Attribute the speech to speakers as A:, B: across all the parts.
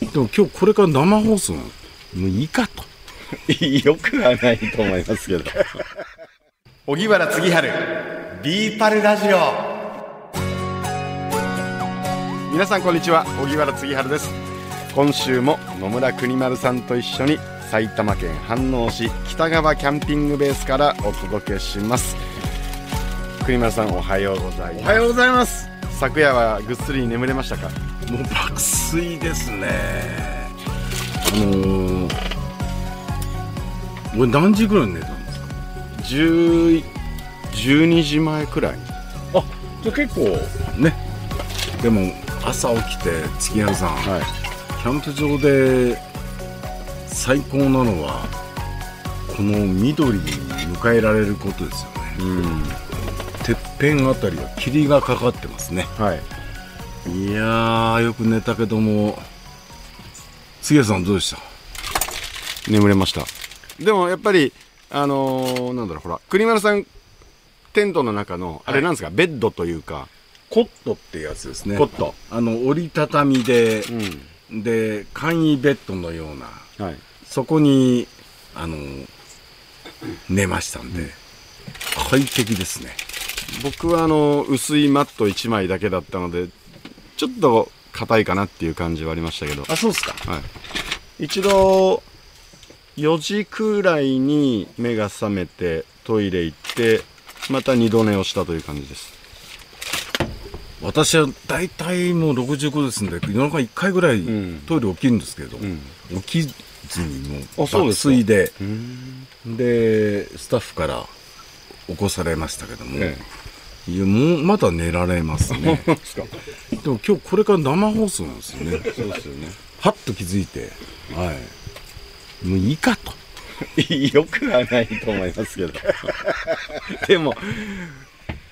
A: でも今日これから生放送なのもういいかと。
B: よくはないと思いますけ ど。
C: 小木原次春ビーパルラジオ皆さんこんにちは小木原次春です今週も野村国丸さんと一緒に埼玉県飯能市北川キャンピングベースからお届けします国丸さんおはようござい
B: お
C: ま
B: はようございます。
C: す昨夜はぐっすり眠れましたか
A: もう爆睡ですね。あのー、俺何時ぐらいに寝たんですか
C: 10 12時前くらい
A: あ、じゃあ結構ね。でも朝起きて月原さん、
C: はい
A: キャンプ場で最高なのはこの緑に迎えられることですよね。
C: うん
A: てっぺんあたりは霧がかかってますね。
C: はい
A: いやーよく寝たけども杉谷さんどうでした
C: 眠れましたでもやっぱりあのーなんだろうほら国丸さんテントの中のあれなんですか、ベッドというか
A: コットってやつですね
C: コット
A: あの折りたたみで、
C: ん
A: で簡易ベッドのような
C: はい
A: そこにあの寝ましたんで、快適ですね
C: 僕はあの薄いマット1枚だけだったのでちょっと硬いかなっていう感じはありましたけど、は
A: あそうですか
C: い、一度4時くらいに目が覚めてトイレ行ってまた二度寝をしたという感じです
A: 私は大体もう65ですんで夜中1回ぐらい
C: ん
A: トイレ起きるんですけど、
C: ん
A: 起きずにもう
C: あそう
A: 爆
C: ですか
A: 睡で
C: うん
A: でスタッフから起こされましたけども、
C: え
A: いやもうまだ寝られます ね
C: ですか
A: でも今日これから生放送なんですよね
C: そうですよね
A: はっと気づいてはいもういいかと
C: よくはないと思いますけど でも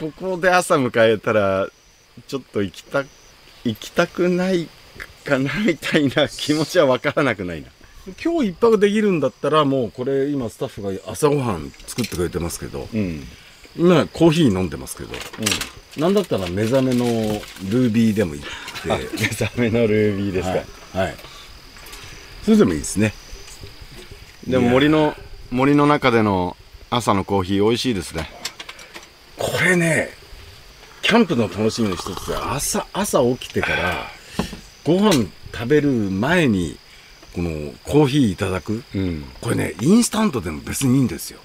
C: ここで朝迎えたらちょっと行きた行きたくないかなみたいな気持ちは分からなくないな
A: 今日一泊できるんだったらもうこれ今スタッフが朝ごはん作ってくれてますけど
C: うん
A: 今コーヒー飲んでますけど、なんだったら目覚めのルービーでも行って
C: 目覚めのルービーですか、
A: はい、はい、それでもいいですね
C: でも森の森の中での朝のコーヒー美味しいですね
A: これねキャンプの楽しみの一つで朝朝起きてからご飯食べる前にこのコーヒーいただく、
C: ん
A: これねインスタントでも別にいいんですよ、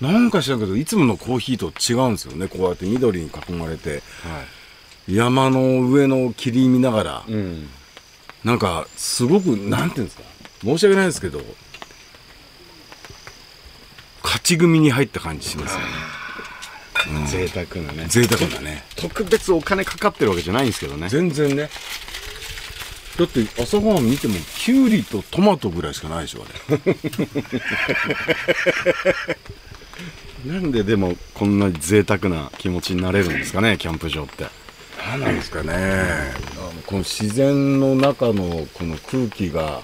A: なんか知らんけどいつものコーヒーと違うんですよねこうやって緑に囲まれて
C: は
A: 山の上の霧見ながら、
C: い、うん、
A: なんかすごくなんていうんですか申し訳ないですけど勝ち組に入った感じしますよね
C: 贅沢なね
A: 贅沢だね
C: 特別お金かかってるわけじゃないんですけどね
A: 全然ねだって朝ごはん見てもキュウリとトマトぐらいしかないでしょあれ
C: なんででもこんな贅沢な気持ちになれるんですかねキャンプ場って
A: 何なんですかねあのこの自然の中のこの空気が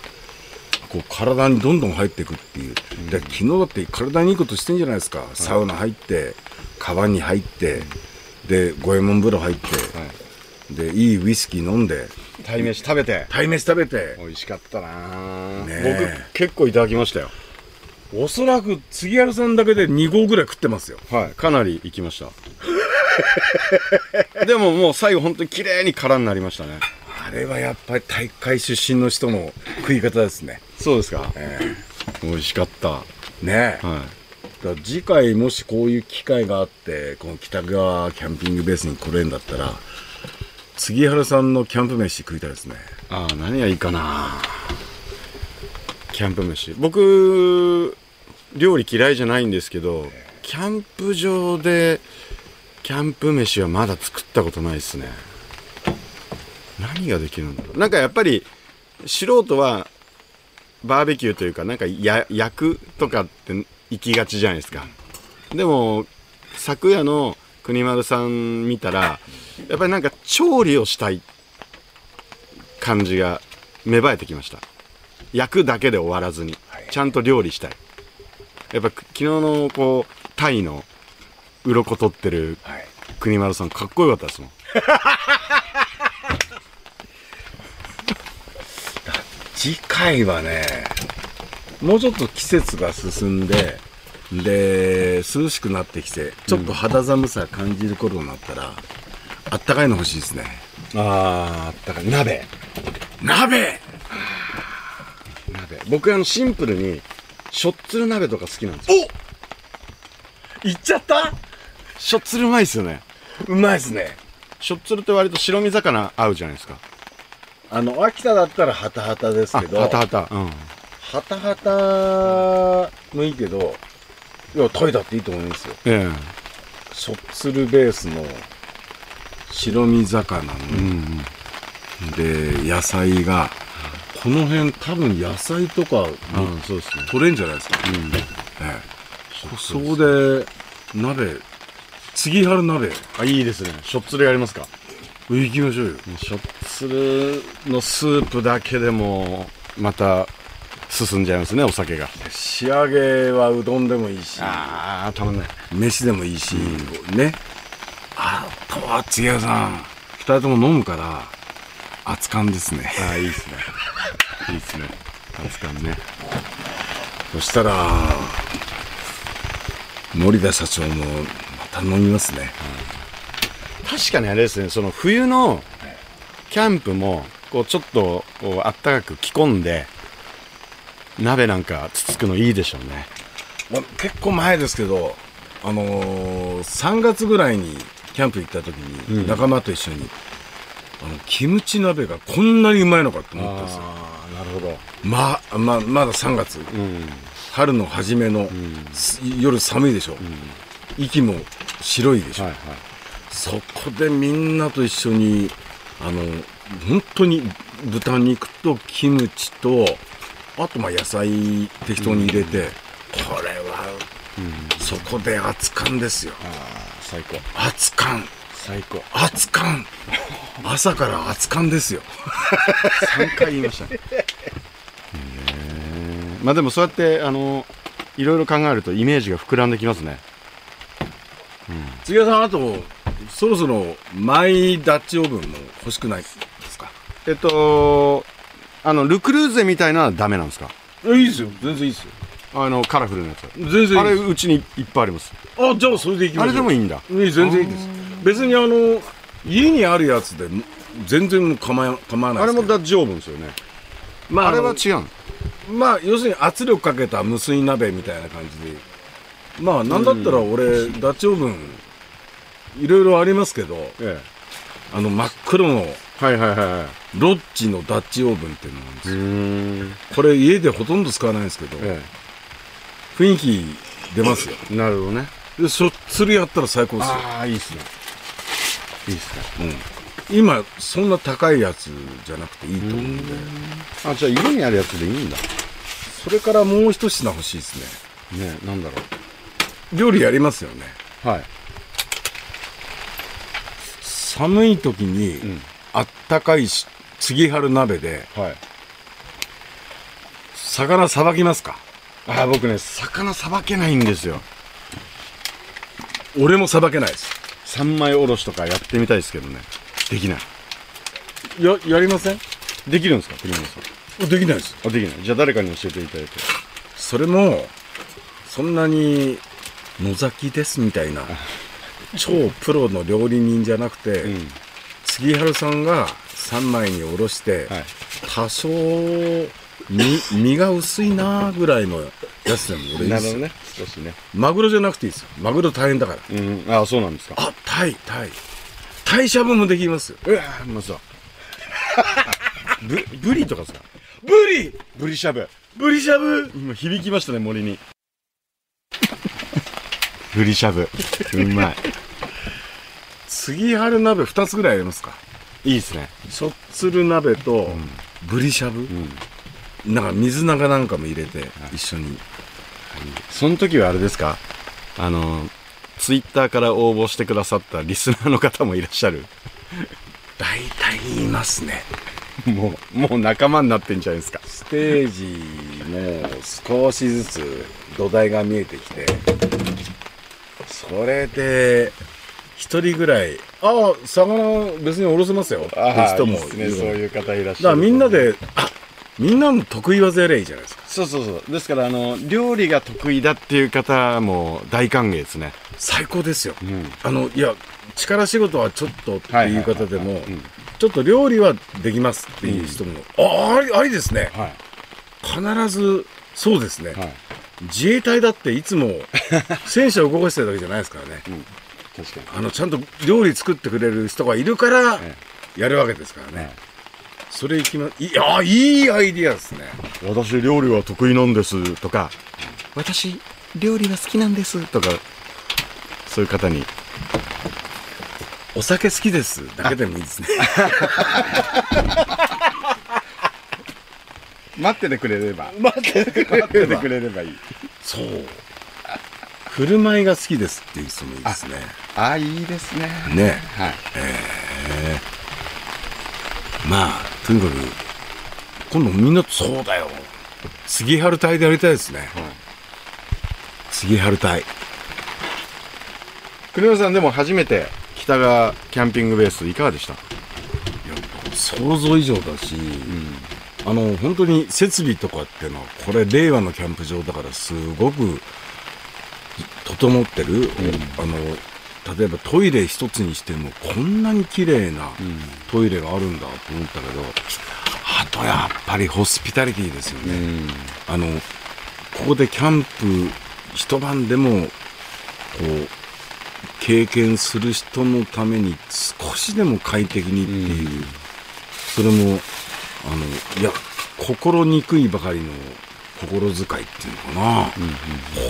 A: こう体にどんどん入っていくっていう、で昨日だって体にいいことしてんじゃないですか、サウナ入って川に入ってで五右衛門風呂入って、でいいウイスキー飲んで
C: 鯛めし食べて
A: 鯛めし食べて
C: 美味しかったな、
A: ねえ
C: 僕結構いただきましたよ
A: おそらく杉原さんだけで2合ぐらい食ってますよ
C: はいかなり行きました でももう最後本当に綺麗に空になりましたね
A: あれはやっぱり大会出身の人の食い方ですね。
C: そうですか
A: え
C: 美味しかったは
A: えねえ。
C: い
A: だから次回もしこういう機会があって、この北川キャンピングベースに来れんだったら、杉原さんのキャンプ飯食いたいですね。
C: ああ何がいいかなキャンプ飯僕料理嫌いじゃないんですけどキャンプ場でキャンプ飯はまだ作ったことないですね何ができるんだろうなんかやっぱり素人はバーベキューというかなんかや焼くとかって行きがちじゃないですかでも昨夜の国丸さん見たらやっぱりなんか調理をしたい感じが芽生えてきました焼くだけで終わらずにちゃんと料理したいやっぱく昨日のこうタイの鱗取ってる
A: はい。
C: 国丸さんかっこよかったですもん
A: 次回はねもうちょっと季節が進んでで涼しくなってきてちょっと肌寒さ感じる頃になったら、あったかいの欲しいですね
C: あーあ ったかい鍋
A: 鍋
C: 鍋僕あのシンプルにしょっつる鍋とか好きなんですよ
A: いっちゃった
C: しょっつるうまいですよね
A: うまいですね
C: しょっつるって割と白身魚合うじゃないですか
A: あの秋田だったらハタハタです
C: あ
A: けど
C: はたはたうん
A: ハタハタもいいけど、いや、タイだっていいと思いますよ。
C: え
A: しょっつるベースの白身魚の、
C: えうん
A: で、野菜が、この辺多分野菜とか
C: う
A: も
C: んそうですね
A: 取れんじゃないですか。
C: うん
A: ええ、そこで、鍋、継ぎはる鍋、
C: あいいですねしょっつるやりますか
A: 行きましょうよ。
C: しょっつるのスープだけでもまた進んじゃいますねお酒が
A: 仕上げはうどんでもいいし、
C: ああたまんない
A: 飯でもいいし、ね。あら、とは、つげさん。二人とも飲むから、熱燗ですね。
C: ああいいですねいいですね熱燗ね
A: そしたら、森田社長も、また飲みますね。
C: 確かにあれですねその冬のキャンプもこうちょっとこうあったかく着込んで鍋なんかつつくのいいでしょうね
A: ま結構前ですけど、あのー、3月ぐらいにキャンプ行った時
C: うん
A: に、仲間と一緒に、あの、キムチ鍋がこんなにうまいのかって思ったんですよ。
C: ああなるほど
A: ま、ま、まだ3月。
C: うん
A: 春の初めの、
C: ん
A: す夜寒いでしょ、息も白いでしょ、
C: はいはい
A: そこでみんなと一緒にあの本当に豚肉とキムチとあとまあ野菜適当に入れて、これは
C: うん
A: そこで熱燗ですよ
C: ああ最高
A: 熱燗
C: 最高
A: 熱燗朝から熱燗ですよ
C: 3回言いましたね まあでもそうやってあのいろいろ考えるとイメージが膨らんできますね
A: 杉谷さんあとそろそろマイダッチオーブンも欲しくないですか
C: えっとあのルクルーゼみたいなのはダメなんですか
A: いやいいですよ全然いいですよ
C: あのカラフルなやつ
A: 全然いいです
C: あれうちにいっぱいあります
A: あじゃあそれでいきま
C: あ
A: しょう
C: れでもいいんだ
A: いい全然いいです別にあの家にあるやつでも全然もう構え構わない
C: あ
A: です
C: れ
A: け
C: も
A: ど
C: ダッチオーブンですよね
A: まあ
C: あれは
A: あの
C: 違うの
A: まあ要するに圧力かけた無水鍋みたいな感じでまあなんだったら俺ダッチオーブンいろいろありますけど
C: え
A: あの真っ黒の
C: えはいはいはいはい
A: ロッジのダッチオーブンっていうのなんですよ
C: ん
A: これ家でほとんど使わないんですけど
C: え
A: 雰囲気出ますよ
C: えなるほどね
A: でしょっつるやったら最高ですよ
C: ああいいっすねいいっすね
A: 今そんな高いやつじゃなくていいと思うんで
C: あじゃあ家にあるやつでいいんだ
A: それからもう一品欲しいですね
C: ねなんだろ
A: 料理やりますよね
C: うはい
A: 寒い時に、
C: ん
A: あったかいし継ぎはる鍋で
C: はい
A: 魚さばきますか
C: あー僕ね魚さばけないんですよ
A: 俺もさばけないです
C: 三枚おろしとかやってみたいですけどねできない
A: ややりません
C: できるんですか国本さん
A: できないです
C: あできないじゃあ誰かに教えていただいて
A: それもそんなに野崎ですみたいな超プロの料理人じゃなくて、
C: うん
A: 継ぎはるさんが3枚におろして、
C: はい
A: 多少身身が薄いなぐらいのやつでも俺いいですよ
C: ね少しね
A: マグロじゃなくていいですよマグロ大変だから
C: うんああそうなんですか
A: あ、タイ、タイ。タイしゃぶもできますよ。
C: うわうまそうぶブリとかですか
A: ブリ
C: ブリしゃぶ
A: ブリしゃぶ
C: 今響きましたね森にブリしゃぶうまい
A: 杉春鍋2つぐらいありますか
C: いいですね
A: しょっつる鍋と、ブリしゃぶ、なんか水菜かなんかも入れて、一緒に。
C: その時はあれですかあのツイッターから応募してくださったリスナーの方もいらっしゃる
A: 大体言いますね。
C: もうもう仲間になってんじゃないですか
A: ステージも少しずつ土台が見えてきて、それで、一人ぐらい、ああ、魚別におろせますよ。って人もいるから
C: いう方いらっ
A: だからみんなで、あみんなの得意技やりゃいいじゃないですか
C: そうそうそうですからあの料理が得意だっていう方も大歓迎ですね
A: 最高ですよ、
C: うん
A: あのいや力仕事はちょっとっていう方でも、
C: うん
A: ちょっと料理はできますっていう人も、あありありですね
C: は
A: 必ずそうですね、
C: いはい
A: 自衛隊だっていつも戦車を動かしてるだけじゃないですからね
C: 確かに
A: あのちゃんと料理作ってくれる人がいるから
C: え
A: やるわけですからね、
C: はい
A: それいきまいやーいいアイディアですね
C: 私料理は得意なんですとか私料理が好きなんですとかそういう方に
A: お酒好きですだけでもいいですね
B: 待っててくれれば。待っててくれれば。待っててくれればいい。
A: そう 振る舞いが好きですっていう人もいいですね
B: あ、いいですね。
A: ね
B: はい。
A: まあとにかく今度みんなそうだよ杉春隊でやりたいですね、杉春隊
C: 栗山さんでも初めて北川キャンピングベースいかがでした
A: 想像以上だし、あの本当に設備とかっていうのはこれ令和のキャンプ場だからすごく整ってる、あの例えばトイレ一つにしてもこんなに綺麗なトイレがあるんだと思ったけど、あとやっぱりホスピタリティですよね、あのここでキャンプ一晩でもこう経験する人のために少しでも快適にっていう、それもあのいや心にくいばかりの心遣いっていうのかな、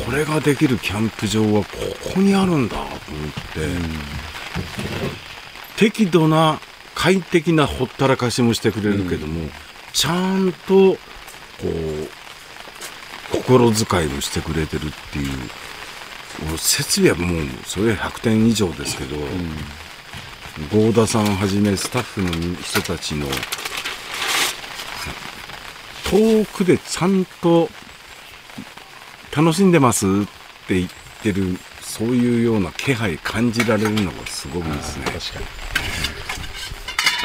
A: これができるキャンプ場はここにあるんだと思って、適度な快適なほったらかしもしてくれるけども、ちゃんとこう心遣いもしてくれてるっていうもう設備はもうそれ100点以上ですけど、合田さんはじめスタッフの人たちの遠くでちゃんと楽しんでますって言ってるそういうような気配感じられるのがすごくいいですね。
C: 確かに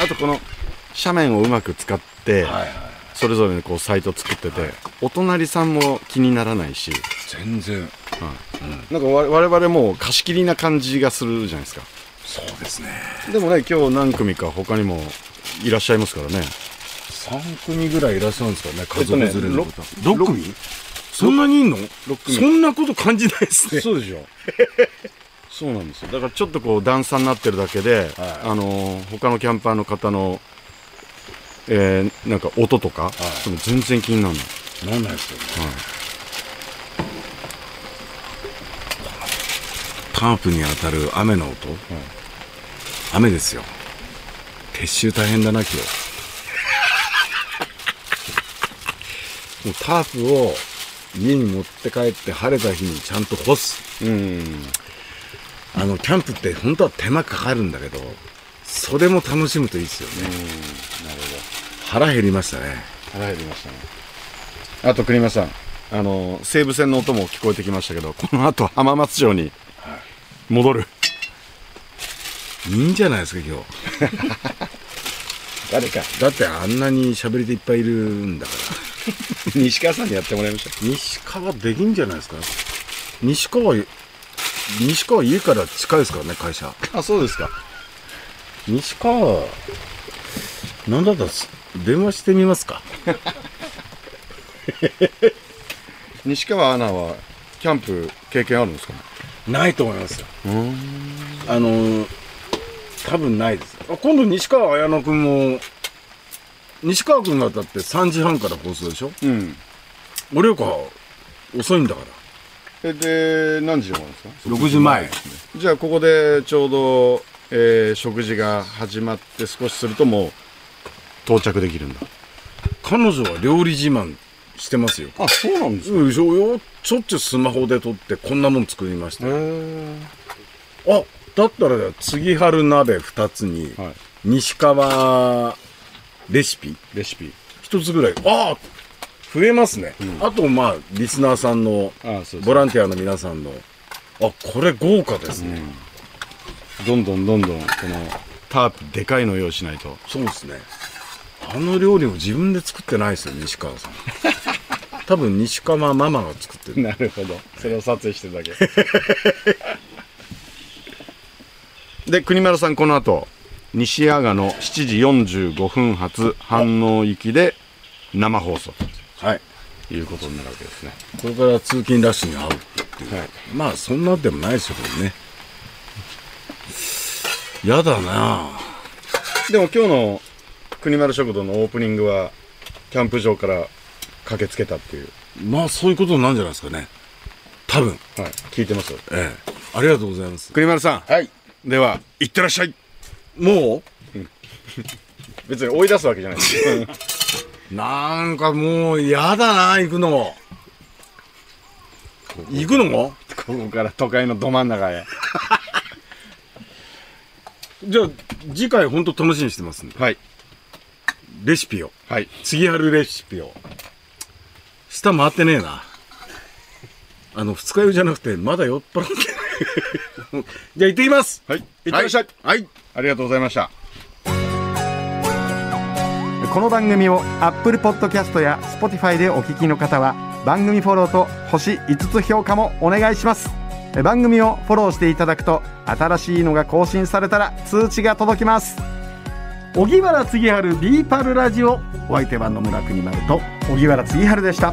C: あとこの斜面をうまく使って、それぞれのこうサイト作ってて、お隣さんも気にならないし
A: 全然
C: なんか我我々もう貸し切りな感じがするじゃないですか
A: そうですね
C: でもね今日何組か他にもいらっしゃいますからね
A: 3組ぐらいいらっしゃるんですか
B: え
A: ね家
B: っと
A: 族
B: ね
A: 連れの方、6組そんなにいんの
C: 組
A: そんなこと感じないですね
C: そうでしょそうなんですよだからちょっとこう段差になってるだけで、あのー他のキャンパーの方のえーなんか音とか、その全然気にならない
A: なんないですよね、タープに当たる雨の音、雨ですよ撤収大変だな今日 もうタープを家に持って帰って晴れた日にちゃんと干す
C: うん
A: あのキャンプって本当は手間かかるんだけどそれも楽しむといいですよね腹減りましたね
C: 腹減りましたねあと栗山さんあの西武線の音も聞こえてきましたけどこの後浜松町に戻る
A: いいんじゃないですか今日
B: 誰か、
A: だってあんなに喋り手いっぱいいるんだから
B: 西川さんにやってもらいましょ
A: 西川できんじゃないですか西川西川家から近いですからね会社
C: あそうですか
A: 西川なんだったらす電話してみますか
C: 西川アナはキャンプ経験あるんですかね
A: ないと思いますよあのー多分ないですあ今度西川綾乃君も西川君がだって3時半から放送でしょ
C: うん
A: 俺よりか遅いんだから
C: えで何時に終わるんですか
A: 6時前
C: じゃあここでちょうど、えー食事が始まって少しするともう到着できるんだ
A: 彼女は料理自慢してますよ
C: あそうなんです
A: うん、そうよ。しょっちゅうスマホで撮ってこんなもん作りました。あ、
C: へ
A: だったら次春鍋2つに、
C: はい
A: 西川レシピ
C: レシピ
A: 1つぐらい。ああ増えますね。あと、まあ、リスナーさんの
C: あそうそう、
A: ボランティアの皆さんの、あ、これ豪華ですね。
C: どんどんどんどんこのタープでかいの用意しないと
A: そうですね。あの料理も自分で作ってないですよ西川 さん多分西川ママが作ってる
B: なるほどそれを撮影してる だけ
C: で国丸さんこの後西阿賀の7時45分発飯能行きで生放送
A: はい
C: ということになるわけですね
A: これから通勤ラッシュに合うっていう、
C: はい
A: まあそんなでもないですよねやだなあ
C: でも今日の国丸食堂のオープニングはキャンプ場から駆けつけたっていう、
A: まあそういうことなんじゃないですかね多分
C: はい、聞いてます
A: ええありがとうございます
C: 国丸さ
B: はい
C: んでは行ってらっしゃい
A: も
C: 別に追い出すわけじゃないです
A: うなんかもうやだな行くの行くの
B: ここから都会のど真ん中へ
A: じゃあ次回本当楽しみにしてますんで
C: はい
A: レシピを
C: はい
A: 次あるレシピを下回ってねえなあの二日酔いじゃなくてまだ酔っ払って じゃあ行ってきます
C: はい
A: ってらっしゃい
C: はい、はい、ありがとうございました
D: この番組を Apple Podcast や Spotify でお聞きの方は番組フォローと星5つ評価もお願いしますえ番組をフォローしていただくと新しいのが更新されたら通知が届きます荻原次春ビーパルラジオお相手は野村国丸と荻原次春でした